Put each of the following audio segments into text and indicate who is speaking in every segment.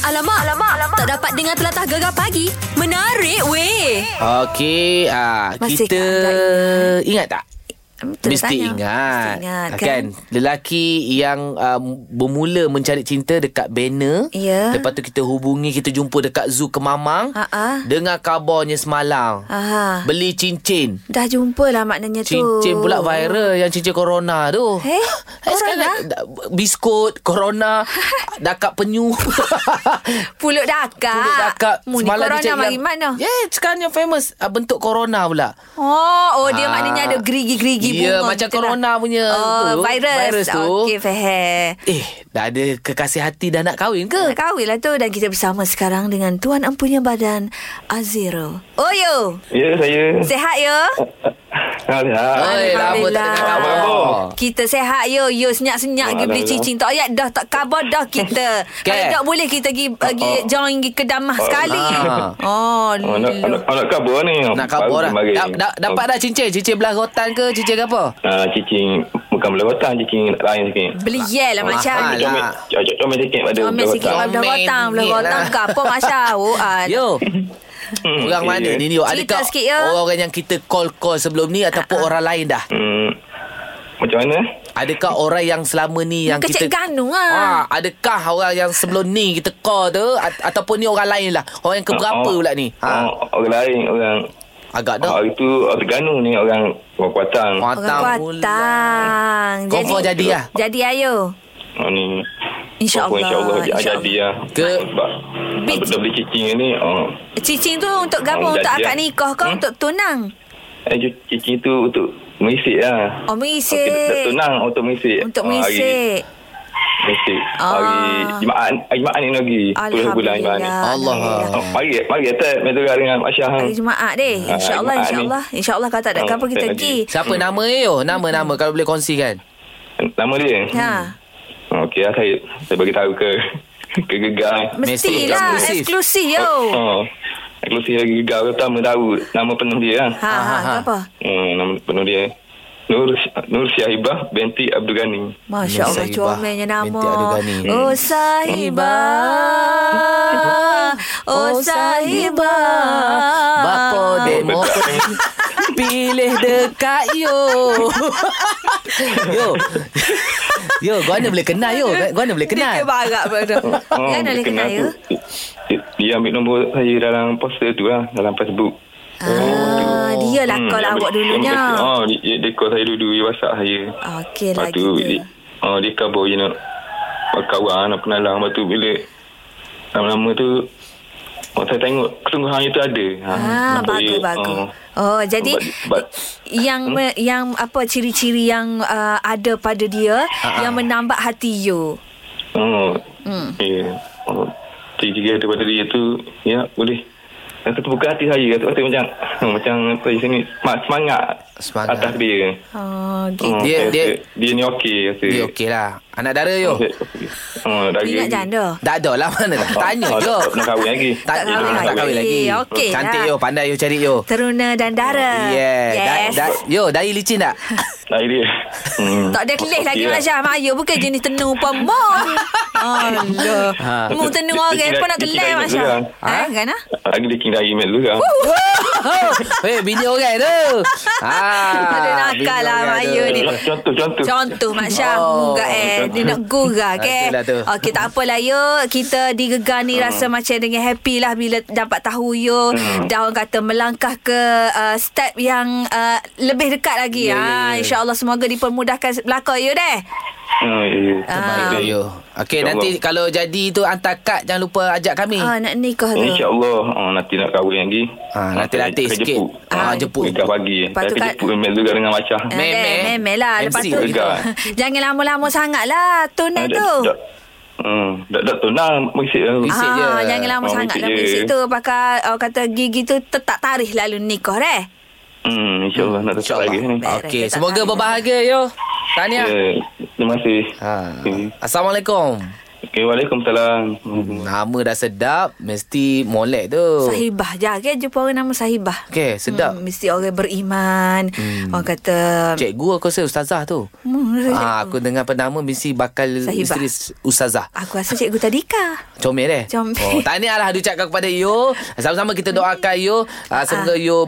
Speaker 1: Alamak, alamak, alamak. Tak dapat dengar telatah gegar pagi. Menarik, weh.
Speaker 2: Okey, ah
Speaker 1: Masih
Speaker 2: kita
Speaker 1: tak
Speaker 2: ingat tak?
Speaker 1: Terus
Speaker 2: Mesti
Speaker 1: tanya.
Speaker 2: ingat,
Speaker 1: Mesti ingat, kan?
Speaker 2: kan? Lelaki yang uh, bermula mencari cinta dekat banner
Speaker 1: Ya.
Speaker 2: Lepas tu kita hubungi Kita jumpa dekat zoo Kemamang
Speaker 1: Ha-ha.
Speaker 2: Dengar kabarnya semalam
Speaker 1: Aha.
Speaker 2: Beli cincin
Speaker 1: Dah jumpa lah maknanya tu.
Speaker 2: Cincin pula viral Yang cincin corona
Speaker 1: Eh,
Speaker 2: tu
Speaker 1: corona?
Speaker 2: sekarang dah- Biskut Corona Dakap penyu
Speaker 1: Pulut dakak.
Speaker 2: Pulut dakap
Speaker 1: Ah, Mu ni corona
Speaker 2: dicari
Speaker 1: mari
Speaker 2: yang- Ya.
Speaker 1: mana?
Speaker 2: Yeah, sekarang yang famous ah, Bentuk corona pula
Speaker 1: Oh, oh dia
Speaker 2: Ah.
Speaker 1: maknanya ada gerigi-gerigi
Speaker 2: Ya,
Speaker 1: bunga
Speaker 2: macam
Speaker 1: gitu lah.
Speaker 2: corona punya
Speaker 1: oh,
Speaker 2: tu,
Speaker 1: virus.
Speaker 2: virus tu.
Speaker 1: Okey, faham.
Speaker 2: Eh, dah ada kekasih hati dah nak kahwin
Speaker 1: Nak
Speaker 2: ke?
Speaker 1: kahwin lah tu dan kita bersama sekarang dengan Tuan Empunya Badan Azero. Oh yo,
Speaker 3: Ya, saya. Ah,
Speaker 1: sehat yo?
Speaker 3: Alhamdulillah.
Speaker 2: Oi, lama tak dengar
Speaker 1: Alhamdulillah.
Speaker 2: khabar.
Speaker 1: Kita sehat yo, yo senyap-senyap pergi beli
Speaker 3: Alhamdulillah.
Speaker 1: cincin. Tak payah dah tak kabar dah kita.
Speaker 2: Kan?
Speaker 1: Kalau tak boleh kita pergi, pergi join pergi ke Damah sekali.
Speaker 2: Ah.
Speaker 1: Oh,
Speaker 3: Oh, nak,
Speaker 1: lu.
Speaker 3: nak, nak kabar ni.
Speaker 2: Nak kabur lah.
Speaker 3: Baru
Speaker 2: Da, da, dapat dah cincin? Cincin belah rotan ke? Cincin ke apa?
Speaker 3: Uh, cicing bukan belah kotak cicing lain sikit
Speaker 1: Beli yel lah macam.
Speaker 2: Mahal
Speaker 1: ni.
Speaker 2: lah.
Speaker 3: comel comel- comel sikit pada
Speaker 1: Comel
Speaker 3: belah
Speaker 1: sikit
Speaker 3: kotak.
Speaker 1: Belah rotang Belah
Speaker 2: Comel
Speaker 1: rotang
Speaker 2: lah.
Speaker 1: ke apa Masya Oh, ah.
Speaker 2: Yo.
Speaker 3: Hmm,
Speaker 2: Orang
Speaker 3: okey.
Speaker 2: mana ni ni? Yo?
Speaker 1: Cerita
Speaker 2: Adakah
Speaker 1: sikit, yo.
Speaker 2: orang yang kita call-call sebelum ni ataupun orang lain dah?
Speaker 3: hmm, macam mana
Speaker 2: Adakah orang yang selama ni yang
Speaker 1: Kecil
Speaker 2: kita
Speaker 1: ganu lah
Speaker 2: Ah, adakah orang yang sebelum ni kita call tu at- ataupun ni orang lain lah. Orang yang keberapa
Speaker 3: Oh,
Speaker 2: pula ni?
Speaker 3: oh,
Speaker 2: Ha.
Speaker 3: orang lain orang
Speaker 2: Agak
Speaker 3: oh,
Speaker 2: dah.
Speaker 3: hari tu orang Terengganu ni orang orang kuatang
Speaker 1: Orang kuatang
Speaker 2: Confirm jadi lah.
Speaker 1: Jadi ayo
Speaker 3: oh, ni
Speaker 1: InsyaAllah,
Speaker 3: insyaallah
Speaker 1: insyaAllah.
Speaker 3: jadi lah
Speaker 2: Ke-
Speaker 3: sebab
Speaker 1: Big-
Speaker 3: dah beli cicing ni oh
Speaker 1: Cicing tu untuk gabung
Speaker 3: Oh,
Speaker 1: Untuk
Speaker 3: jadi,
Speaker 1: akad
Speaker 3: ya.
Speaker 1: nikah kau
Speaker 3: Hmm?
Speaker 1: Untuk tunang
Speaker 3: eh, cicing tu untuk mengisik lah
Speaker 1: Oh
Speaker 3: Okey, tak
Speaker 1: merisik
Speaker 3: tunang untuk merisik.
Speaker 1: Untuk
Speaker 3: Ah, hari
Speaker 1: merisik
Speaker 3: Merisik.
Speaker 1: Ah.
Speaker 3: Hari Jumaat, hari Jumaat ni lagi. 10 bulan Jumaat
Speaker 1: Alhamdulillah
Speaker 3: ni.
Speaker 2: Allah.
Speaker 1: Alhamdulillah.
Speaker 3: Oh, mari, mari atas Medora dengan Aisyah. hang.
Speaker 1: Hari Jumaat deh
Speaker 3: Ah,
Speaker 1: InsyaAllah
Speaker 3: Jumaat ni.
Speaker 1: InsyaAllah InsyaAllah kalau tak ada
Speaker 3: Oh,
Speaker 1: apa kita
Speaker 3: tak
Speaker 1: pergi
Speaker 2: Siapa nama dia? yo? Nama-nama kalau boleh kongsikan.
Speaker 3: Nama dia?
Speaker 1: Ha
Speaker 3: Oh, Okey, lah, saya, saya bagi tahu ke ke gegar.
Speaker 2: Mesej
Speaker 1: Mestilah
Speaker 2: eksklusif.
Speaker 1: lah, Eksklusif yo
Speaker 3: Oh, eksklusif lagi gegar pertama tahu nama penuh dia. lah.
Speaker 1: Ha ha
Speaker 2: Ha, ha.
Speaker 1: apa
Speaker 3: Hmm, nama penuh dia. Nur Nur Syahibah binti Abdul Ghani.
Speaker 1: Masya
Speaker 2: Min
Speaker 1: Allah
Speaker 2: Sahibah
Speaker 1: comelnya nama
Speaker 2: binti Adugani.
Speaker 1: Oh sahibah Oh sahibah
Speaker 2: Bapa
Speaker 1: Ah.
Speaker 2: demo Pilih dekat yo Yo Yo, kau mana boleh kenal yo Kau mana boleh kenal
Speaker 1: Dia barak pada Kan
Speaker 3: dia
Speaker 1: boleh kenal ya
Speaker 3: Oh, tu. Dia, dia ambil nombor saya dalam poster tu lah, dalam Facebook.
Speaker 1: Ah, dia lah kau
Speaker 3: Oh, hmm. dia
Speaker 1: lah
Speaker 3: ambil-
Speaker 1: awak dulunya.
Speaker 3: dia ambil- Oh, dia, dia, dia call saya dulu, dia whatsapp saya.
Speaker 1: Okey lah
Speaker 3: tu, dia,
Speaker 1: kita.
Speaker 3: oh, dia cover je nak kawan, nak kenalan. Lepas tu bila lama-lama tu, oh, saya tengok kesungguhannya tu ada. Ha,
Speaker 1: Ah,
Speaker 3: nampak
Speaker 1: bagus
Speaker 3: dia,
Speaker 1: bagus. hmm?
Speaker 3: oh.
Speaker 1: Oh, jadi
Speaker 3: Sebab- sebab-
Speaker 1: yang me, yang apa ciri-ciri yang uh, ada pada dia yang menambah hati you.
Speaker 3: Oh, ya. Oh, tiga daripada dia tu, ya, boleh. Yang tu buka hati saya. Kata macam, hmm, macam saya sini, semangat, semangat,
Speaker 2: Semangat.
Speaker 3: atas dia.
Speaker 1: Oh,
Speaker 3: Oh,
Speaker 1: gitu.
Speaker 2: Dia-
Speaker 3: saya
Speaker 2: dia-
Speaker 3: rasa dia ni okey rasa.
Speaker 2: Dia okey lah Anak dara yo
Speaker 3: Oh,
Speaker 1: Hmm.
Speaker 3: dari Ah,
Speaker 1: Minat janda.
Speaker 2: Tak ada lah mana tak Tanya yo
Speaker 3: Oh, Tak pernah kahwin lagi.
Speaker 2: Tak, ah,
Speaker 1: Tak kahwin
Speaker 2: tak kahwin lagi
Speaker 1: lagi. Okey lah.
Speaker 2: Cantik yo, pandai yo cari yo
Speaker 1: Teruna dan dara.
Speaker 2: Yeah
Speaker 1: Yes.
Speaker 2: da, da, Yo, dari licin tak?
Speaker 3: Dari dia. Hmm.
Speaker 1: Tak ada kelih lagi
Speaker 3: Okey lah.
Speaker 1: Mak Syah Mak Ayu bukan jenis tenu pun Mak Allah
Speaker 2: Ha.
Speaker 1: Mu tenu
Speaker 3: Dia-
Speaker 1: orang
Speaker 3: dia
Speaker 1: pun
Speaker 3: kira-
Speaker 1: nak
Speaker 3: dia
Speaker 1: kelih
Speaker 3: kira
Speaker 1: Mak
Speaker 3: ingat
Speaker 1: Syah
Speaker 3: sekarang.
Speaker 1: Ha? Kan ha?
Speaker 3: Lagi dia kira email dulu kan.
Speaker 2: Weh, bini orang tu ah,
Speaker 1: Ada nakal
Speaker 2: bini
Speaker 1: lah,
Speaker 2: orang
Speaker 1: Mak
Speaker 2: tu.
Speaker 1: Yo ni.
Speaker 3: Contoh, contoh.
Speaker 1: Contoh Mak Syah oh.
Speaker 2: Oh.
Speaker 1: Munggah eh Dia nak gurah ke
Speaker 2: Itulah tu. Hmm.
Speaker 1: Okey tak apalah yo Kita di Gegar ni Rasa macam dengan happy lah Bila dapat tahu yo hmm. Dah orang kata Melangkah ke uh, Step yang uh, Lebih dekat lagi
Speaker 2: Ya,
Speaker 1: yeah,
Speaker 2: ya,
Speaker 1: ha,
Speaker 2: ya.
Speaker 1: InsyaAllah semoga Dipermudahkan belakang yo deh
Speaker 3: Oh, ya.
Speaker 1: Ah.
Speaker 2: Baik yo Okey, nanti kalau jadi tu Hantar kad Jangan lupa ajak kami
Speaker 1: ah, Nak nikah tu
Speaker 3: InsyaAllah oh, nanti nak kahwin lagi.
Speaker 2: Ah, nanti
Speaker 3: Saya-
Speaker 2: latih
Speaker 3: saya
Speaker 2: sikit. Ah,
Speaker 3: jemput. Saya
Speaker 2: jemput.
Speaker 3: Dekat pagi.
Speaker 1: Lepas
Speaker 3: Saya
Speaker 1: tu
Speaker 3: pergi
Speaker 1: kat-
Speaker 3: jemput email juga dengan Masya.
Speaker 1: Ah,
Speaker 2: Memeh.
Speaker 1: deh, Memeh lah
Speaker 2: MC.
Speaker 1: Lepas tu
Speaker 3: Gegar.
Speaker 1: Jangan lama-lama sangat lah Tunai tu
Speaker 3: Hmm, dah dah tunang mengisik lah.
Speaker 2: Mengisik je.
Speaker 1: Ah, jangan lama
Speaker 3: Oh,
Speaker 1: sangat
Speaker 3: merisik
Speaker 1: lah
Speaker 3: je.
Speaker 1: Merisik tu Pakai orang kata gigi tu Tetap tarikh lalu nikah deh
Speaker 3: Hmm, InsyaAllah nak tetap
Speaker 2: InsyaAllah Ya.
Speaker 3: lagi. ni.
Speaker 2: Okey, semoga berbahagia yo Tahniah
Speaker 3: Ya, Terima kasih.
Speaker 2: Ha.
Speaker 3: Hmm.
Speaker 2: Assalamualaikum.
Speaker 3: Okay, Waalaikumsalam. Hmm.
Speaker 2: Nama dah sedap, mesti molek tu.
Speaker 1: Sahibah Jarang jumpa orang nama Sahibah
Speaker 2: Okey, sedap.
Speaker 1: hmm, Mesti orang beriman hmm. Orang kata
Speaker 2: Cikgu aku rasa ustazah tu.
Speaker 1: Hmm, rasa
Speaker 2: Ah, aku dengar penama mesti bakal
Speaker 1: Sahibah.
Speaker 2: isteri ustazah.
Speaker 1: Aku rasa cikgu Tadika
Speaker 2: Comel eh
Speaker 1: Comel.
Speaker 2: oh, Tahniah lah diucapkan kepada you Sama-sama kita doakan you uh, Semoga you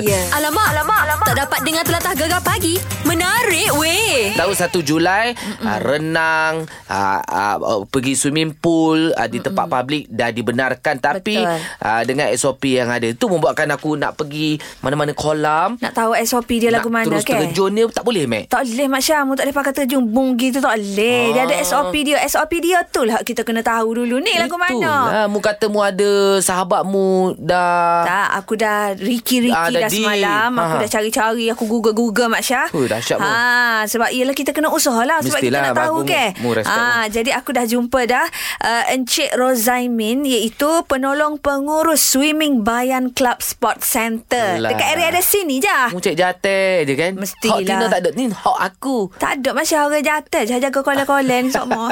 Speaker 1: Ah. Ya
Speaker 4: Alamak, alamak, alamak. Tak dapat dengar telatah gegar pagi. Menarik weh.
Speaker 2: Tahu 1 Julai uh, Renang uh, uh, uh, Pergi swimming pool uh, Di tempat publik Dah dibenarkan Tapi
Speaker 1: Betul.
Speaker 2: uh, Dengan SOP yang ada Itu membuatkan aku nak pergi Mana-mana kolam
Speaker 1: Nak tahu SOP dia lagu
Speaker 2: Nak
Speaker 1: mana
Speaker 2: terus
Speaker 1: ke
Speaker 2: terjun dia Tak boleh Mac
Speaker 1: Tak boleh Mak Syah Mu tak boleh pakai terjun Bung gitu tak boleh Dia
Speaker 2: Ah.
Speaker 1: ada SOP dia SOP dia tu lah Kita kena tahu dulu Ni lagu mana
Speaker 2: Itulah. Mu kata mu ada Sahabat mu dah
Speaker 1: tak, aku dah riki-riki ah,
Speaker 2: Ah, dah
Speaker 1: dah,
Speaker 2: deal.
Speaker 1: semalam. Aku
Speaker 2: Ha.
Speaker 1: dah cari-cari. Aku google-google, Mak Syah.
Speaker 2: Ui, dahsyat pun.
Speaker 1: ha, Sebab ialah kita kena usaha lah. Sebab
Speaker 2: Mestilah,
Speaker 1: kita nak tahu
Speaker 2: bagus.
Speaker 1: ke.
Speaker 2: Mu- mu respect lah.
Speaker 1: Ah, Jadi aku dah jumpa dah uh, Encik Rozaimin iaitu penolong pengurus Swimming Bayan Club Sport Center.
Speaker 2: Lah.
Speaker 1: Dekat area ada sini je.
Speaker 2: Mu cek jatah je kan
Speaker 1: Mestilah.
Speaker 2: Hak Tina tak ada Ni hak aku
Speaker 1: Tak ada Masya orang jatuh Jangan jaga kolen-kolen Sok mo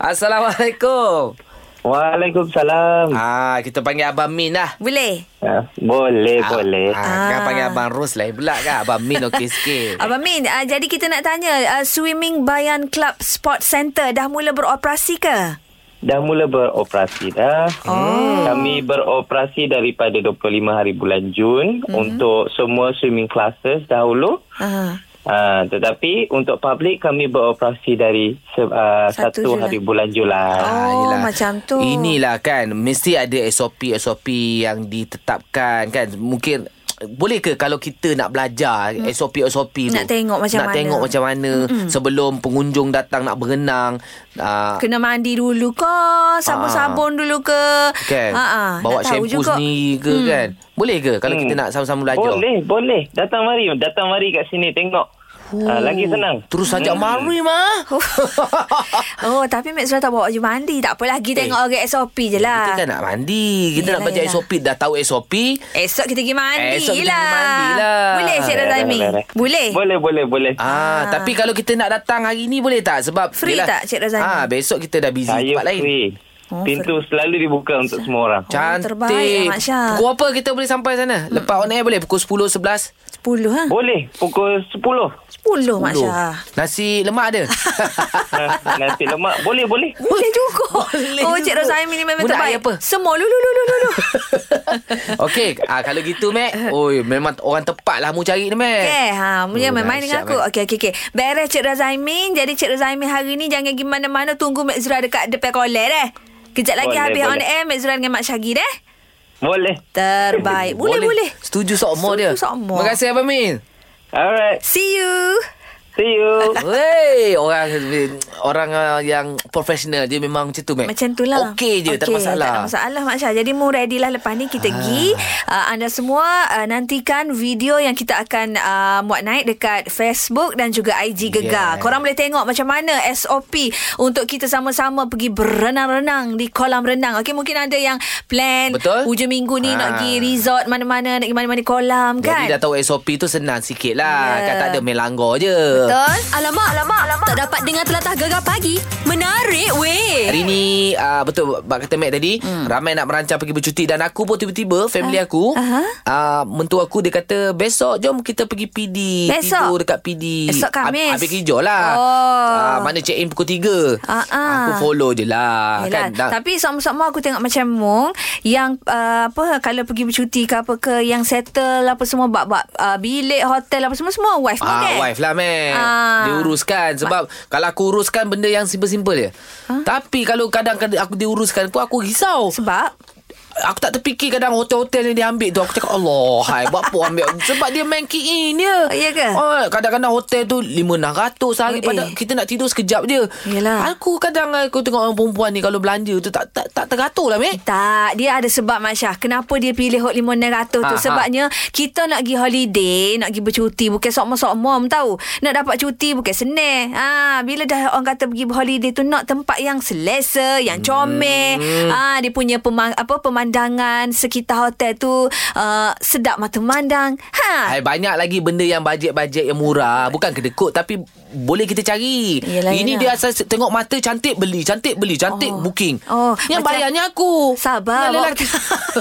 Speaker 2: Assalamualaikum
Speaker 3: Hmm.
Speaker 5: Waalaikumsalam.
Speaker 2: Ah, kita panggil Abang Min lah.
Speaker 1: Boleh
Speaker 5: Ah, Boleh,
Speaker 2: Ah,
Speaker 5: boleh.
Speaker 2: Ah, Kan
Speaker 1: Ah.
Speaker 2: panggil Abang Ros lain pula kan. Abang Min okey sikit.
Speaker 1: Abang Min uh, Jadi kita nak tanya uh, Swimming Bayan Club Sport Center Dah mula beroperasi ke?
Speaker 5: Dah mula beroperasi dah. Oh. Kami beroperasi daripada 25 hari bulan Jun mm-hmm. untuk semua swimming classes dahulu.
Speaker 1: Uh,
Speaker 5: Uh, tetapi untuk publik kami beroperasi dari se- uh,
Speaker 1: Satu
Speaker 5: satu
Speaker 1: Julai.
Speaker 5: hari bulan Julai.
Speaker 1: Oh,
Speaker 2: Ah, yelah.
Speaker 1: macam tu.
Speaker 2: Inilah kan, mesti ada SOP-SOP yang ditetapkan kan. Mungkin boleh ke kalau kita nak belajar hmm. SOP-SOP tu?
Speaker 1: Nak tengok macam
Speaker 2: Nak
Speaker 1: mana.
Speaker 2: tengok macam mana mm sebelum pengunjung datang nak berenang. Uh,
Speaker 1: Kena mandi dulu ke? Sabun-sabun dulu ke?
Speaker 2: Ah. kan?
Speaker 1: Ah, ah,
Speaker 2: Bawa
Speaker 1: nak tahu
Speaker 2: shampoo
Speaker 1: juga.
Speaker 2: sendiri ke hmm. kan? Boleh ke kalau hmm. kita nak sama-sama belajar?
Speaker 5: Boleh, boleh. Datang mari, datang mari kat sini tengok. Uh, lagi senang.
Speaker 2: Oh. Terus ajak hmm. mari mah.
Speaker 1: Oh, tapi Mek Surah tak bawa baju mandi. Tak apa lagi tengok orang SOP je lah.
Speaker 2: Eh. Kita kan nak mandi Kita
Speaker 1: Yelah,
Speaker 2: nak baca
Speaker 1: yelah.
Speaker 2: SOP Dah tahu SOP
Speaker 1: Esok kita pergi mandi
Speaker 2: Esok kita pergi
Speaker 1: lah.
Speaker 2: mandi lah.
Speaker 1: Boleh, Cik
Speaker 5: Boleh,
Speaker 1: Razaimi?
Speaker 5: boleh,
Speaker 1: Boleh?
Speaker 5: Boleh, boleh, boleh.
Speaker 2: Ah, tapi kalau kita nak datang hari ni boleh tak? Sebab
Speaker 1: Free tak, Cik Razali?
Speaker 2: Ah, besok kita dah busy
Speaker 5: Saya
Speaker 2: tempat lain.
Speaker 5: free.
Speaker 1: Oh,
Speaker 5: Pintu selalu dibuka untuk semua orang.
Speaker 1: Oh,
Speaker 2: Cantik.
Speaker 1: terbaik lah, Mak Syah. Hmm.
Speaker 2: Pukul apa kita boleh sampai sana? Lepas on air boleh pukul 10 11.
Speaker 1: 10 ha?
Speaker 5: Boleh, pukul 10.
Speaker 1: 10 Oh, Mak Syah.
Speaker 2: Nasi lemak ada.
Speaker 5: Ah, Nasi lemak Boleh boleh
Speaker 1: Boleh juga.
Speaker 2: Boleh
Speaker 1: oh, Cik
Speaker 2: juga.
Speaker 1: Rosaimi ni memang
Speaker 2: Budak
Speaker 1: terbaik.
Speaker 2: air apa?
Speaker 1: Semua lulu lulu lulu.
Speaker 2: Okey, ah, kalau gitu Mac, oi memang orang tepat lah mu cari ni Mac.
Speaker 1: Okay, ha, punya
Speaker 2: Oh,
Speaker 1: main main dengan
Speaker 2: dahsyat,
Speaker 1: aku.
Speaker 2: Mat.
Speaker 1: Okey, okey, okey. Beres Cik Razaimin. Jadi Cik Razaimin hari ni jangan pergi mana-mana. Tunggu Mek Zura dekat depan koler eh. Kejap lagi
Speaker 5: Boleh,
Speaker 1: habis on
Speaker 5: boleh.
Speaker 1: air Mek Zura dengan Mak Syagi eh.
Speaker 5: Boleh
Speaker 1: Terbaik. Boleh, boleh.
Speaker 2: Setuju sokmo
Speaker 1: Setuju
Speaker 2: dia.
Speaker 1: sokmo.
Speaker 2: Terima kasih Abang Min.
Speaker 5: Alright
Speaker 1: See you.
Speaker 5: See you
Speaker 2: Wey, orang orang uh, yang profesional dia memang macam tu Mac.
Speaker 1: Macam tu lah
Speaker 2: Eh, Okey je, okay, tak ada masalah. Ah.
Speaker 1: Tak ada masalah Mak Syah Jadi mu ready lah lepas ni Kita pergi uh, Anda semua uh, nantikan video yang kita akan uh, muat naik Dekat Facebook dan juga IG Gegar
Speaker 2: Yeah.
Speaker 1: Korang boleh tengok macam mana SOP Untuk kita sama-sama pergi berenang-renang Di kolam renang Okey mungkin ada yang plan
Speaker 2: Betul.
Speaker 1: Hujung minggu ni nak
Speaker 2: Ah.
Speaker 1: pergi resort mana-mana Nak pergi mana-mana kolam kan
Speaker 2: Jadi dah tahu SOP tu senang sikit lah.
Speaker 1: Ya.
Speaker 2: Kan tak ada main langgar je.
Speaker 1: Betul
Speaker 4: Alamak, alamak, alamak. Tak dapat dengar telatah gegar pagi. Menarik weh.
Speaker 2: Hari ni uh, betul bab kata Mac tadi hmm. ramai nak merancang pergi bercuti dan aku pun tiba-tiba family aku
Speaker 1: Ah. aha.
Speaker 2: uh, mentua aku dia kata besok jom kita pergi PD
Speaker 1: Besok?
Speaker 2: tidur dekat PD
Speaker 1: Esok Khamis.
Speaker 2: habis kerja lah
Speaker 1: Oh.
Speaker 2: uh, mana check in pukul 3
Speaker 1: Ah, ah.
Speaker 2: aku follow je lah
Speaker 1: Yelah,
Speaker 2: kan dah-
Speaker 1: Tapi sama-sama aku tengok macam Mung Yang uh, apa Kalau pergi bercuti ke apa ke Yang settle apa semua Bab-bab uh, bilik, hotel apa semua Semua wife ni
Speaker 2: Ah,
Speaker 1: kan
Speaker 2: wife lah, man.
Speaker 1: Ah.
Speaker 2: Dia uruskan. Sebab kalau aku uruskan benda yang simple-simple je. Tapi kalau kadang-kadang aku diuruskan tu, aku risau.
Speaker 1: Sebab
Speaker 2: Aku tak terfikir kadang hotel-hotel yang dia ambil tu. Aku cakap, Allah, hai, buat apa ambil? Sebab dia main key in
Speaker 1: Oh,
Speaker 2: dia.
Speaker 1: ya ke?
Speaker 2: Oh, kadang-kadang hotel tu RM500
Speaker 1: Eh.
Speaker 2: sehari. Padahal kita nak tidur sekejap je.
Speaker 1: Yelah.
Speaker 2: Aku kadang aku tengok orang perempuan ni kalau belanja tu tak tak, tak teratur lah, mate.
Speaker 1: Tak Dia ada sebab Mak Syah Kenapa dia pilih Hot 500 tu
Speaker 2: Ha,
Speaker 1: ha,
Speaker 2: ha.
Speaker 1: Sebabnya Kita nak pergi holiday Nak pergi bercuti Bukan sokmo-sokmo tahu Nak dapat cuti Bukan senang ha, Bila dah orang kata Pergi holiday tu Nak tempat yang selesa Yang comel hmm. ha, Dia Ah, punya pemang, apa pemandangan pemandangan sekitar hotel tu uh, sedap mata memandang. Ha.
Speaker 2: Hai, banyak lagi benda yang bajet-bajet yang murah. Bukan kedekut tapi boleh kita cari.
Speaker 1: Yelah,
Speaker 2: Ini
Speaker 1: yelah.
Speaker 2: dia asal se- tengok mata cantik beli, cantik beli, cantik
Speaker 1: Oh.
Speaker 2: booking.
Speaker 1: Oh,
Speaker 2: yang
Speaker 1: macam-
Speaker 2: bayarnya aku.
Speaker 1: Sabar.
Speaker 2: Yang
Speaker 1: Awak
Speaker 2: lelaki.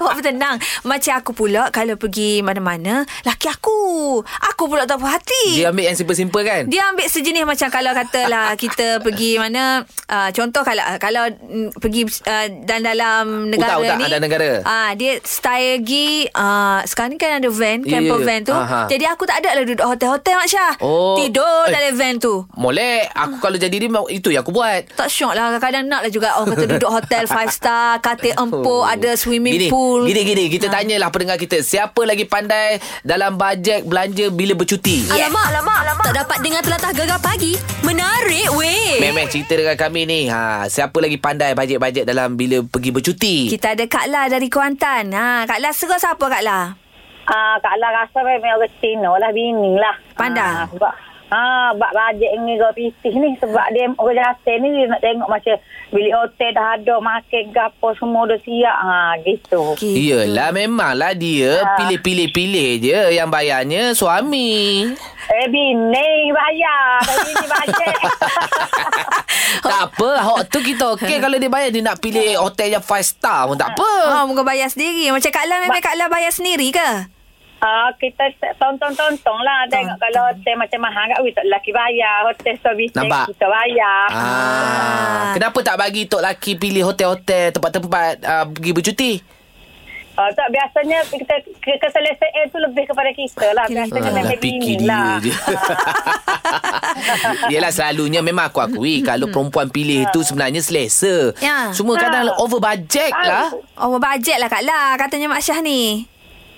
Speaker 1: awak pun tenang. Macam aku pula kalau pergi mana-mana, laki aku. Aku pula tak puas hati.
Speaker 2: dia ambil yang simple-simple kan?
Speaker 1: Dia ambil sejenis macam kalau katalah kita pergi mana uh, contoh kalau kalau mm, pergi uh, dan dalam negara
Speaker 2: Utak-utak
Speaker 1: ni
Speaker 2: ada negara.
Speaker 1: Ah uh, dia style pergi uh, sekarang ni kan ada van,
Speaker 2: Ya,
Speaker 1: camper
Speaker 2: ya.
Speaker 1: van tu.
Speaker 2: Aha.
Speaker 1: Jadi aku tak ada lah duduk hotel-hotel Mak Syah.
Speaker 2: Oh.
Speaker 1: Tidur
Speaker 2: Eh.
Speaker 1: dalam van tu.
Speaker 2: Molek, aku
Speaker 1: Ah.
Speaker 2: kalau jadi dia mau- itu yang aku buat.
Speaker 1: Tak syok lah Kadang-kadang nak lah juga Orang kata duduk hotel Five star Katil empuk Ada swimming
Speaker 2: Oh. gini,
Speaker 1: pool
Speaker 2: Gini gini Kita ha. tanyalah pendengar kita Siapa lagi pandai Dalam bajet belanja Bila bercuti
Speaker 6: Yes. Alamak, alamak, alamak. Tak dapat dengar telatah gegar pagi. Menarik weh.
Speaker 2: Memang cerita dengan kami ni ha, Siapa lagi pandai bajet-bajet Dalam bila pergi bercuti
Speaker 1: Kita ada Kak La dari Kuantan ha, Kak La serah siapa Kak La?
Speaker 7: Ah, Kak La rasa memang orang Cina lah, bini lah. Ah,
Speaker 1: Pandai.
Speaker 7: sebab Ah, bab bajet ni go pitih ni sebab dia orang jasa ni dia nak tengok macam bilik hotel dah ada makan gapo semua dah siap. Ha gitu.
Speaker 1: Okay.
Speaker 2: Yelah memanglah dia Pilih-pilih-pilih je Yang bayarnya suami
Speaker 7: Eh bini bayar, Dah bini bajet.
Speaker 2: Tak apa Hak tu kita okey Kalau dia bayar Dia nak pilih hotel yang 5 star pun tak apa
Speaker 1: Oh, muka bayar sendiri. Macam Kak La memang Kak La bayar sendiri ke?
Speaker 7: ah, kita tonton-tonton lah tengok kalau hotel macam mahal kat weh tak lelaki bayar, hotel service
Speaker 2: Nampak?
Speaker 7: kita bayar.
Speaker 2: Ah, kenapa tak bagi Tok Laki pilih hotel-hotel tempat-tempat uh, pergi bercuti?
Speaker 7: Ah, tak biasanya kita ke- keselesaan tu lebih kepada kita lah.
Speaker 1: Kira-
Speaker 7: Biasanya
Speaker 1: Ah,
Speaker 7: memang bini lah.
Speaker 2: Yelah selalunya memang aku akui Kalau perempuan pilih tu sebenarnya selesa
Speaker 1: Hmm. Ya.
Speaker 2: Cuma kadang over budget lah
Speaker 1: Oh, bajet lah Kak La. Katanya Mak Syah ni.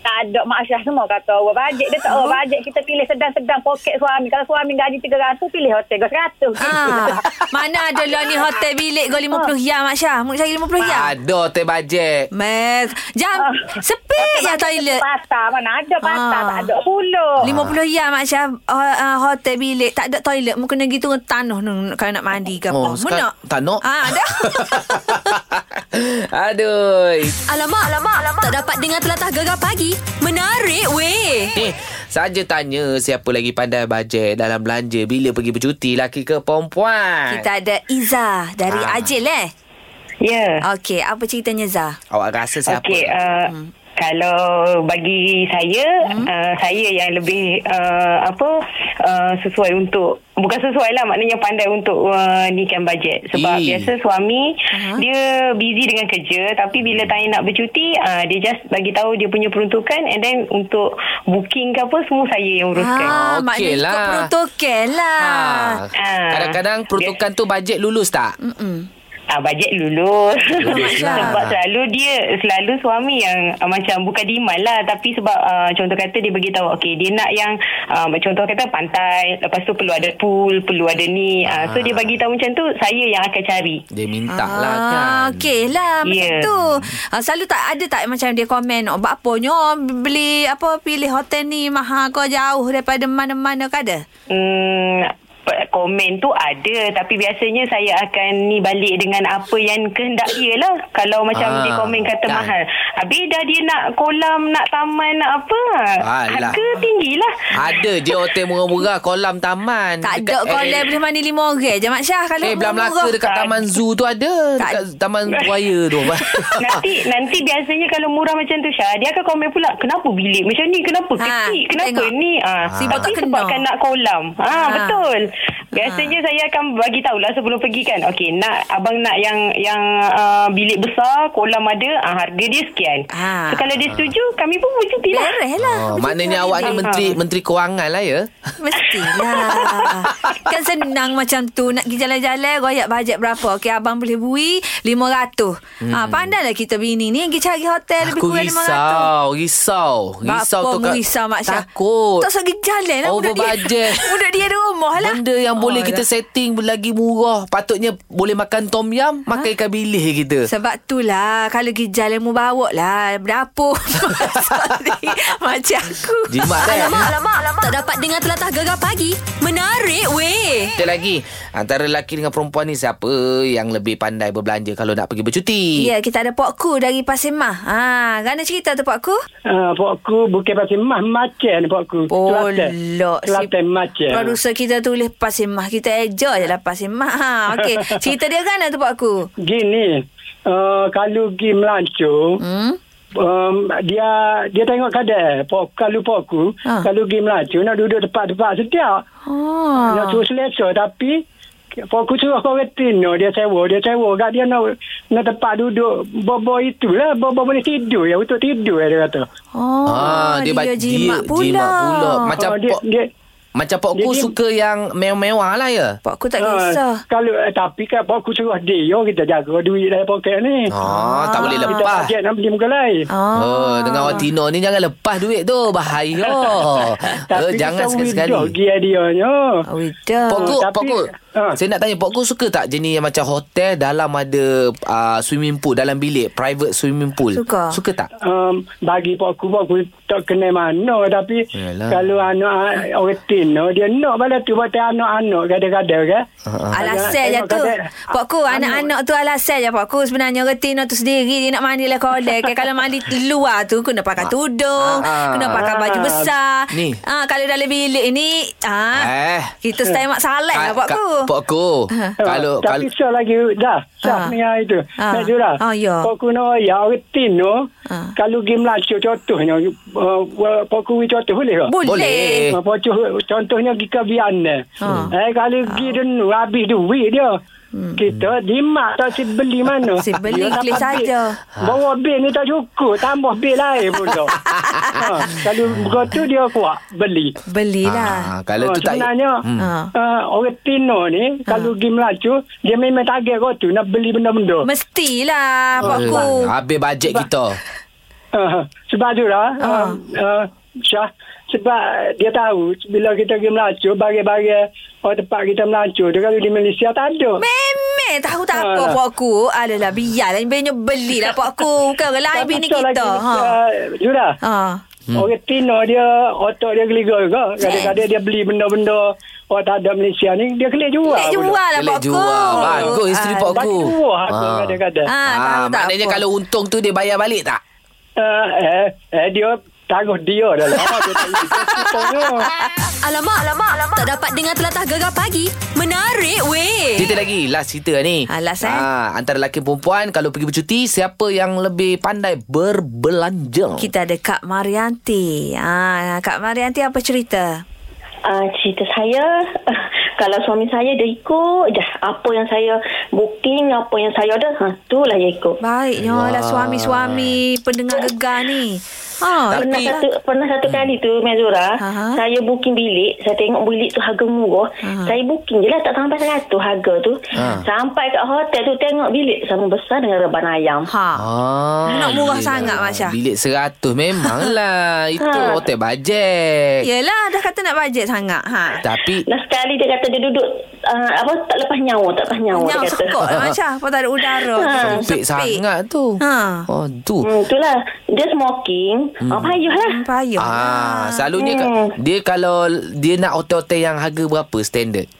Speaker 7: Tak ada Mak Syah semua kata over bajet. Dia tak over bajet. Kita pilih sedang-sedang poket suami. Kalau suami gaji 300, pilih hotel ke 100.
Speaker 1: Ah, mana ada lah ni hotel bilik kau RM50 ya Mak Syah. Mungkin cari RM50 ya.
Speaker 2: Ada hotel budget
Speaker 1: Mes. Jam. Sepi ya toilet.
Speaker 7: Patah mana ada patah.
Speaker 1: Ah.
Speaker 7: Tak ada pula.
Speaker 1: RM50 ya Mak Syah. Uh, uh, hotel bilik. Tak ada toilet. Mungkin kena gitu tanah ni kalau nak mandi ke apa. Oh,
Speaker 2: Oh, sekarang- tak nak.
Speaker 1: Ah, ada.
Speaker 2: Aduh
Speaker 6: Alamak, alamak, alamak. Tak dapat dengar telatah gegar pagi. Menarik weh.
Speaker 2: Eh, saja tanya siapa lagi pandai bajet dalam belanja bila pergi bercuti laki ke perempuan?
Speaker 1: Kita ada Iza dari
Speaker 2: Ah.
Speaker 1: Ajil eh.
Speaker 8: Ya.
Speaker 1: Okey, apa ceritanya Za?
Speaker 2: Awak rasa siapa?
Speaker 1: eh.
Speaker 8: Okey, uh, hmm. kalau bagi saya, hmm. uh, saya yang lebih uh, apa uh, sesuai untuk bukan sesuai lah maknanya pandai untuk uh, nikan bajet sebab
Speaker 2: Ih.
Speaker 8: biasa suami uh-huh. Hmm. dia busy dengan kerja tapi bila tanya nak bercuti uh, dia just bagi tahu dia punya peruntukan and then untuk booking ke apa semua saya yang uruskan.
Speaker 2: Ah, okey
Speaker 1: maknanya ikut
Speaker 2: lah.
Speaker 1: protokol lah.
Speaker 2: Ha.
Speaker 8: Ah.
Speaker 2: Kadang-kadang peruntukan tu bajet lulus tak?
Speaker 1: Mm.
Speaker 8: Ah bajet lulus.
Speaker 2: Lulus lah.
Speaker 8: sebab selalu dia selalu suami yang uh, macam bukan demand lah tapi sebab uh, contoh kata dia bagi tahu okey dia nak yang uh, contoh kata pantai lepas tu perlu ada pool, perlu ada ni. Uh, so
Speaker 2: Ah.
Speaker 8: dia bagi tahu macam tu saya yang akan cari.
Speaker 2: Dia minta lah kan.
Speaker 1: Ah, Okey lah macam
Speaker 8: Ya.
Speaker 1: tu. Ah, selalu tak ada tak macam dia komen oh, buat apa nyo beli apa pilih hotel ni mahal kau jauh daripada mana-mana ke ada?
Speaker 8: Hmm, pe- komen tu ada tapi biasanya saya akan ni balik dengan apa yang kehendak dia lah kalau macam
Speaker 2: Ah,
Speaker 8: dia komen kata
Speaker 2: kan.
Speaker 8: mahal habis dah dia nak kolam nak taman nak apa
Speaker 2: Alah.
Speaker 8: harga lah. tinggilah
Speaker 2: Ada je hotel murah-murah kolam taman.
Speaker 1: Tak ada
Speaker 2: Dekat-
Speaker 1: kau boleh boleh mandi lima orang je Mak Syah kalau
Speaker 2: Eh, belah Melaka
Speaker 1: murah-murah.
Speaker 2: dekat Taman Zoo tu ada.
Speaker 1: Tak.
Speaker 2: Dekat Taman Buaya tu.
Speaker 8: nanti nanti biasanya kalau murah macam tu Syah dia akan komen pula kenapa bilik macam ni kenapa
Speaker 1: Ha,
Speaker 8: kecil kenapa
Speaker 1: tengok.
Speaker 8: ni ah
Speaker 1: Si botak
Speaker 8: tapi
Speaker 1: kena.
Speaker 8: sebabkan nak kolam ha,
Speaker 1: Ha.
Speaker 8: betul biasanya saya akan bagi tahulah sebelum pergi kan okey nak abang nak yang yang uh, bilik besar kolam ada ah, harga dia sekian
Speaker 1: Ha.
Speaker 8: so kalau dia setuju kami pun bercuti lah
Speaker 1: Beres lah Ha.
Speaker 2: Oh,
Speaker 1: Macam
Speaker 2: maknanya
Speaker 1: tu
Speaker 2: awak ni
Speaker 1: hari
Speaker 2: menteri menteri kewangan lah ya.
Speaker 1: Mestilah Kan senang macam tu Nak pergi jalan-jalan Royak bajet berapa Okey abang boleh bui RM500 hmm. ha, Pandailah kita bini ni Pergi cari hotel Lebih
Speaker 2: Aku
Speaker 1: kurang RM500
Speaker 2: risau, risau, risau
Speaker 1: Bapa
Speaker 2: Kak-
Speaker 1: merisau Mak Syah
Speaker 2: Takut.
Speaker 1: Tak usah pergi jalan lah
Speaker 2: Over
Speaker 1: budak
Speaker 2: budget.
Speaker 1: dia Budak dia ada rumah lah
Speaker 2: Benda yang boleh kita setting lagi murah. Patutnya boleh makan tom
Speaker 1: Ha?
Speaker 2: yam, makan ikan bilis kita.
Speaker 1: Sebab tu lah Kalau gejala mu bawa lah Dapur Sorry Macam aku
Speaker 2: Jimat kan?
Speaker 4: Alamak, alamak, alamak. Tak dapat dengar telatah gegar pagi. Menarik weh.
Speaker 2: Kita lagi Antara lelaki dengan perempuan ni Siapa yang lebih pandai berbelanja Kalau nak pergi bercuti
Speaker 1: Ya kita ada Pak Ku dari Pasir Mah ha, Gana cerita tu Pak Ku
Speaker 8: Ah, Pak Ku bukan pasal mah macam ni Pak Ku.
Speaker 1: Oh, Polok si
Speaker 8: Selatan macam.
Speaker 1: Produser kita tulis Pasir Mah Kita eja je lah Pasir Mah ha, okay. Cerita dia kan tu Pak Ku
Speaker 8: Gini, uh, kalau pergi melancong,
Speaker 1: hmm?
Speaker 8: um, dia dia tengok kadang pok, eh, kalau poku
Speaker 1: Ah.
Speaker 8: ha. kalau pergi Melaju nak duduk tempat-tempat setiap ha. nak
Speaker 1: Oh.
Speaker 8: suruh selesa tapi poku suruh orang tino dia sewa dia sewa kat dia nak nak tempat duduk bobo itulah bobo boleh tidur ya untuk tidur ya, dia kata
Speaker 1: Oh,
Speaker 2: Ah, dia, ba-
Speaker 1: jimat
Speaker 2: dia
Speaker 1: pula. Oh,
Speaker 2: jimat pula. Macam
Speaker 8: Ah, dia-
Speaker 2: pok,
Speaker 8: dia-
Speaker 2: macam pok
Speaker 8: dia-
Speaker 2: ku
Speaker 8: dia-
Speaker 2: suka yang mewah-mewah lah ya.
Speaker 1: Pak Ku tak
Speaker 8: Ah,
Speaker 1: kisah
Speaker 8: kalau eh, tapi kan poku suruh dia kita jaga duit dari poket ni
Speaker 2: Ah, tak boleh
Speaker 8: kita
Speaker 2: lepas.
Speaker 8: paket nak beli muka lain
Speaker 1: Ah.
Speaker 2: Oh, dengan orang Tino ni jangan lepas duit tu. Bahaya. oh,
Speaker 8: tapi
Speaker 2: jangan
Speaker 8: kita withdraw
Speaker 2: sekali-sekali.
Speaker 8: dia dia
Speaker 1: Ah, Wida.
Speaker 2: Pok ku,
Speaker 8: Tapi-
Speaker 2: pok ku.
Speaker 8: Ah.
Speaker 2: Saya nak tanya, pok ku suka tak jenis yang macam hotel dalam ada uh, swimming pool, dalam bilik, private swimming pool?
Speaker 1: Suka.
Speaker 2: Suka tak?
Speaker 8: um, bagi poku poku tak kena mana tapi
Speaker 2: Yalah.
Speaker 8: Yalah. kalau anak ah, orang tin no, dia nak pada tu buat anak-anak kadang-kadang kan
Speaker 2: Ah.
Speaker 1: Alasan je
Speaker 8: Tengok
Speaker 1: tu
Speaker 8: kadang-
Speaker 1: Pak Ku Anak-anak tu alasan je Pak Ku Sebenarnya retina tu sendiri Dia nak mandi lah kolek Kan Kalau mandi luar tu Kena pakai tudung
Speaker 2: Ah, ah.
Speaker 1: Kena pakai baju besar
Speaker 2: Ni.
Speaker 1: ah, Kalau dalam bilik ni ah,
Speaker 2: Eh.
Speaker 1: Kita style mak salat lah Pak
Speaker 2: Ka-
Speaker 1: Ku
Speaker 2: Pok ku. Kalau, kalau,
Speaker 8: tapi sah lagi dah
Speaker 1: Ah.
Speaker 8: sah ni yang itu
Speaker 1: Ah.
Speaker 8: nak jurah
Speaker 1: Ah, ya.
Speaker 8: poku no ya orang tin no
Speaker 1: Ah.
Speaker 8: kalau game Melayu contohnya uh, poku contoh boleh tak
Speaker 1: Boleh,
Speaker 2: Boleh. Eh.
Speaker 8: Eh. Pocuh, contohnya pergi ke Viana.
Speaker 1: Ha.
Speaker 8: Ha. Eh, kalau pergi denu, habis duit dia. Hmm. Kita jimat tak si beli mana.
Speaker 1: Si beli
Speaker 8: Dia dapat
Speaker 1: klik saja.
Speaker 8: bil. Bawa bil ni tak cukup. Tambah bil lain pula. ha. Kalau begitu dia kuat beli.
Speaker 1: Belilah
Speaker 2: Ah, kalau tu
Speaker 8: Ha,
Speaker 2: tak
Speaker 8: sebenarnya
Speaker 2: Hmm.
Speaker 1: Ha.
Speaker 8: uh, orang Tino ni kalau pergi Melayu dia memang target kau tu nak beli benda-benda.
Speaker 1: Mestilah Pak
Speaker 2: Eh,
Speaker 1: Ku
Speaker 2: Habis bajet kita.
Speaker 8: Uh, sebab tu lah
Speaker 1: Ah.
Speaker 8: uh, uh, Syah sebab dia tahu bila kita pergi Melancur barang-barang orang tempat kita Melancur tu kalau di Malaysia tak ada
Speaker 1: Memang tahu tak apa
Speaker 8: Ah.
Speaker 1: Pak Ku Adalah biarlah Bini belilah Pak Ku Bukan orang lain bini
Speaker 8: Tak
Speaker 1: kita
Speaker 8: lagi,
Speaker 1: ha.
Speaker 8: uh, Jura
Speaker 1: Ha.
Speaker 8: hmm. orang Tino dia otak dia geliga juga kadang-kadang dia beli benda-benda orang tak ada Malaysia ni dia kena jual
Speaker 1: Boleh jual lah Pak
Speaker 2: Boleh
Speaker 1: Ku
Speaker 2: jual. Bagus isteri
Speaker 1: Ah,
Speaker 2: Pak
Speaker 8: bagi
Speaker 2: Ku.
Speaker 8: dua aku
Speaker 2: Ah.
Speaker 8: kadang-kadang
Speaker 1: Ah, tahu tak
Speaker 2: maknanya
Speaker 1: apa.
Speaker 2: kalau untung tu dia bayar balik tak?
Speaker 8: uh, eh, eh, dia tangguh dia dah lah Dia tak- dia tak-
Speaker 4: Alamak, alamak, alamak. Tak dapat dengar telatah gegar pagi. Menarik weh.
Speaker 2: Cerita lagi Last cerita ni
Speaker 1: Eh. Ah, last, eh?
Speaker 2: ah, Antara lelaki dan perempuan Kalau pergi bercuti Siapa yang lebih pandai Berbelanja
Speaker 1: Kita ada Kak Marianti. Ah, Kak Marianti apa cerita?
Speaker 9: Uh, cerita saya kalau suami saya dia ikut je apa yang saya booking apa yang saya order ha itulah dia ikut
Speaker 1: Baiknya
Speaker 2: Wah.
Speaker 1: lah suami-suami pendengar gegar ni. Ha,
Speaker 9: pernah
Speaker 1: tapi Hmm.
Speaker 9: satu pernah satu kali tu Mezura
Speaker 1: Aha.
Speaker 9: saya booking bilik saya tengok bilik tu harga murah
Speaker 1: Aha.
Speaker 9: saya booking je lah tak sampai 100 harga tu
Speaker 2: Ha.
Speaker 9: sampai kat hotel tu tengok bilik sama besar dengan reban ayam
Speaker 1: ha.
Speaker 2: Ah,
Speaker 1: Nak murah
Speaker 2: yelah.
Speaker 1: sangat, Masya.
Speaker 2: Bilik seratus memanglah Itu
Speaker 9: Ha.
Speaker 2: hotel bajet
Speaker 1: Yelah dah kata nak bajet sangat. Ha.
Speaker 2: Tapi
Speaker 9: Nah sekali dia kata dia duduk uh, apa tak lepas nyawa tak lepas nyawa
Speaker 1: Nyawa
Speaker 9: dia kata
Speaker 1: sekot lah Masya. Apa tak ada udara.
Speaker 9: Ha.
Speaker 2: Ha. Sempit sangat tu
Speaker 1: Lah, Ha.
Speaker 2: Aduh
Speaker 9: Hmm, itulah dia smoking hmm. apa payah lah
Speaker 1: Payah. lah.
Speaker 2: Ah, selalunya
Speaker 9: Hmm.
Speaker 2: hmm. dia kalau dia nak hotel-hotel yang harga berapa standard?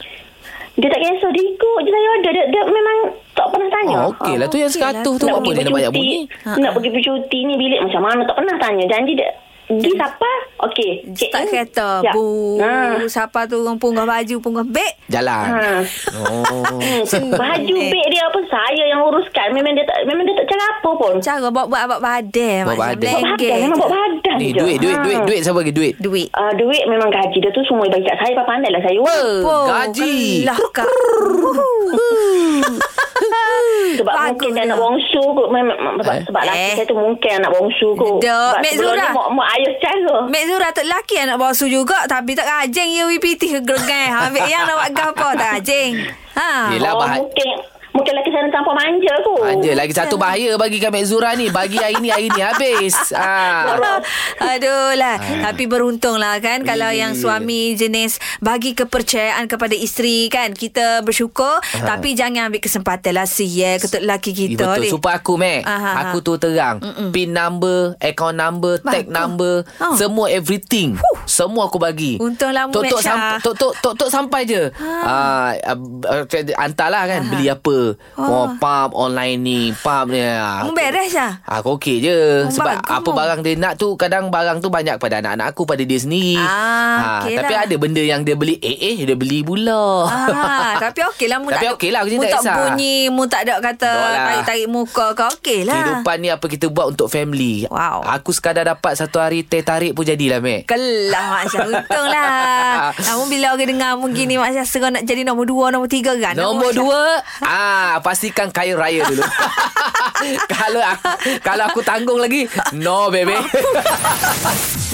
Speaker 9: Dia tak kisah Dia ikut je saya order Dia, dia memang tak pernah tanya Ha.
Speaker 2: Oh, okey lah tu yang
Speaker 1: okey lah
Speaker 2: 100 tu
Speaker 1: tu.
Speaker 9: Nak
Speaker 2: apa
Speaker 9: pergi
Speaker 2: dia nak banyak
Speaker 9: bercuti
Speaker 2: bunyi? Ha,
Speaker 9: Nak pergi bercuti ni Bilik macam mana Tak pernah tanya Janji dia Pergi siapa Okey Ya.
Speaker 1: Start kereta.
Speaker 4: Ya.
Speaker 1: Bu.
Speaker 4: Ha.
Speaker 1: Siapa tu orang punggah baju, punggah beg.
Speaker 2: Jalan.
Speaker 9: Ha. Hmm,
Speaker 2: Oh.
Speaker 9: Baju
Speaker 1: Eh.
Speaker 9: beg dia apa Saya yang uruskan Memang dia tak Memang dia tak cara apa pun
Speaker 1: Cara buat-buat abang badan.
Speaker 2: Buat
Speaker 1: Masya.
Speaker 2: badan.
Speaker 9: Buat badan Memang buat badan
Speaker 2: Ni
Speaker 9: je.
Speaker 2: duit, duit,
Speaker 9: Ha.
Speaker 2: duit, duit siapa bagi duit?
Speaker 1: Duit.
Speaker 9: Ah, duit memang gaji dia tu semua bagi kat saya pandai lah saya work
Speaker 1: Oh,
Speaker 2: Gaji.
Speaker 1: Lah kak.
Speaker 9: sebab
Speaker 1: bagus
Speaker 9: mungkin dia
Speaker 1: lah.
Speaker 9: anak bongsu kot Memang- sebab,
Speaker 2: Eh.
Speaker 9: sebab laki
Speaker 1: Eh.
Speaker 9: saya tu mungkin anak bongsu kot
Speaker 1: Dok,
Speaker 9: sebab
Speaker 1: Mek
Speaker 9: sebelum ni
Speaker 1: Zura.
Speaker 9: mak, mak ayah secara
Speaker 1: Mek Zura tak lelaki yang nak basuh juga Tapi tak rajin ya WPT ke gerengan Habis yang nak buat gapo tak rajin ha.
Speaker 2: Yelah,
Speaker 9: oh,
Speaker 2: bahaya.
Speaker 9: mungkin Mungkin lelaki saya nak campur manja kot.
Speaker 8: Oh.
Speaker 2: Manja lagi satu bahaya bagi kami Zura ni. Bagi hari ni hari ni habis. Ha.
Speaker 1: Aduh lah Tapi beruntung lah kan Kalau yang suami jenis Bagi kepercayaan kepada isteri kan Kita bersyukur Tapi jangan ambil kesempatan lah Sial ketuk lelaki
Speaker 2: Eh,
Speaker 1: kita ni.
Speaker 2: betul.
Speaker 1: Ah, ha,
Speaker 2: Supaya aku, Mac.
Speaker 1: Aha, aha.
Speaker 2: Aku tu terang. Mm-mm. PIN number, account number, tag
Speaker 1: Bagus.
Speaker 2: number.
Speaker 1: Oh.
Speaker 2: Semua everything. Huh. Semua aku bagi.
Speaker 1: Untunglah mu,
Speaker 2: Tok-tok
Speaker 1: Mat Syah.
Speaker 2: sampai, tok, tok, tok, tok sampai je. Ha. Uh, hantarlah
Speaker 1: Ha,
Speaker 2: kan. Beli apa. Oh. oh pump online ni. Pump ni. Ah,
Speaker 1: Mu
Speaker 2: aku-
Speaker 1: beres lah
Speaker 2: Aku okey
Speaker 1: Oh,
Speaker 2: je Sebab
Speaker 1: bagus.
Speaker 2: apa barang dia nak tu Kadang barang tu banyak pada anak-anak aku Pada dia sendiri
Speaker 1: Ah, okey
Speaker 2: Tapi
Speaker 1: lah.
Speaker 2: ada benda yang dia beli Eh eh dia beli pula
Speaker 1: Ah, tapi okey lah mu
Speaker 2: Tapi
Speaker 1: tak,
Speaker 2: okey lah, aku ni
Speaker 1: mu
Speaker 2: tak
Speaker 1: tak
Speaker 2: kisah.
Speaker 1: bunyi Mu tak ada kata
Speaker 2: Tak lah.
Speaker 1: Tarik-tarik muka kau Okey lah
Speaker 2: Kehidupan ni apa kita buat untuk family
Speaker 1: Wow.
Speaker 2: Aku sekadar dapat satu hari teh tarik pun jadilah Mek
Speaker 1: Kelah Mak Syah Untung lah Namun bila orang dengar Mu gini Mak Syah Serah nak jadi nombor dua Nombor tiga kan Mak
Speaker 2: Nombor
Speaker 1: Syah.
Speaker 2: dua ah Pastikan kaya raya dulu Kalau aku, kalau aku tanggung lagi No baby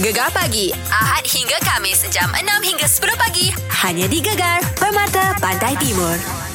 Speaker 4: Gegar pagi Ahad hingga Kamis jam 6 hingga 10 pagi hanya di Gegar Permata Pantai Timur.